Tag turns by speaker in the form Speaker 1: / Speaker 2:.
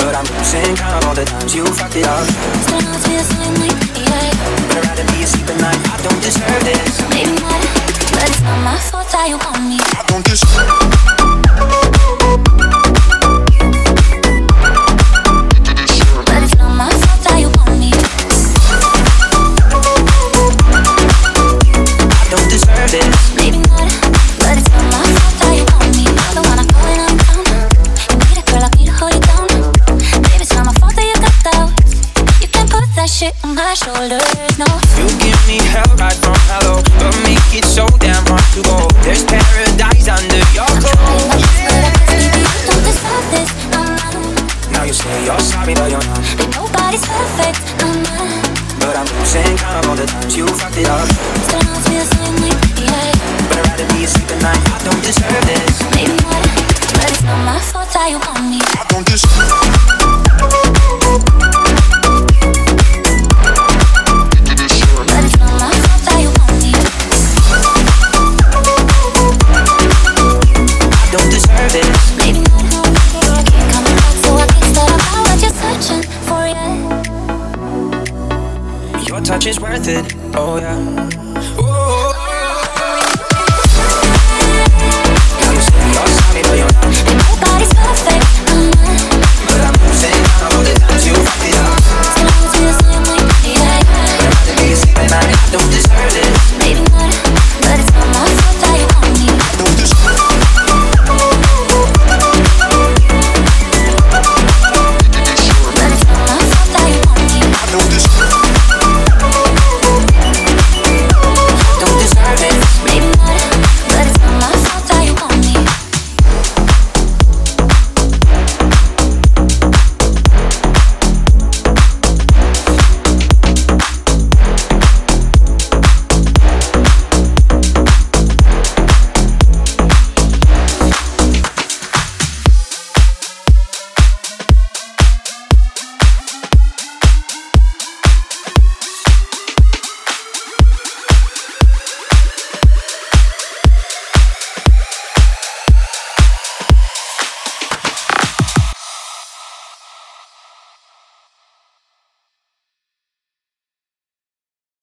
Speaker 1: losing count of all the times you fucked it up.
Speaker 2: Still not feels like me, yeah.
Speaker 1: But I'd rather be asleep at night. I don't deserve this.
Speaker 2: Maybe not, but it's not my fault that you want me.
Speaker 1: I don't deserve.
Speaker 2: But it's not my fault that you want me.
Speaker 1: I don't deserve this.
Speaker 2: Maybe not, but it's not my fault that you want me. I'm the one I call when I'm down. You need a girl like me to hold you down. Baby, it's not my fault that you got doubts. You can put that shit on my shoulders, no.
Speaker 1: You give me hell right from hello, but make it so damn hard to go. There's paradise under your clothes.
Speaker 2: Don't deserve this, no, no.
Speaker 1: Now you say you're sorry, but you're not.
Speaker 2: But nobody's perfect, no, no.
Speaker 1: But I'm losing count of all the times you fucked it up.
Speaker 2: Still not feels like me, yeah.
Speaker 1: But I'd rather be asleep at night. I don't deserve this.
Speaker 2: Maybe not, but it's not my fault that you want me.
Speaker 1: I don't deserve.
Speaker 2: But it's not my fault that you want me.
Speaker 1: I don't deserve this.
Speaker 2: Maybe not. I keep coming back, so I can't stop about what you're searching for, yeah.
Speaker 1: Your touch is worth it, oh yeah. Ooh,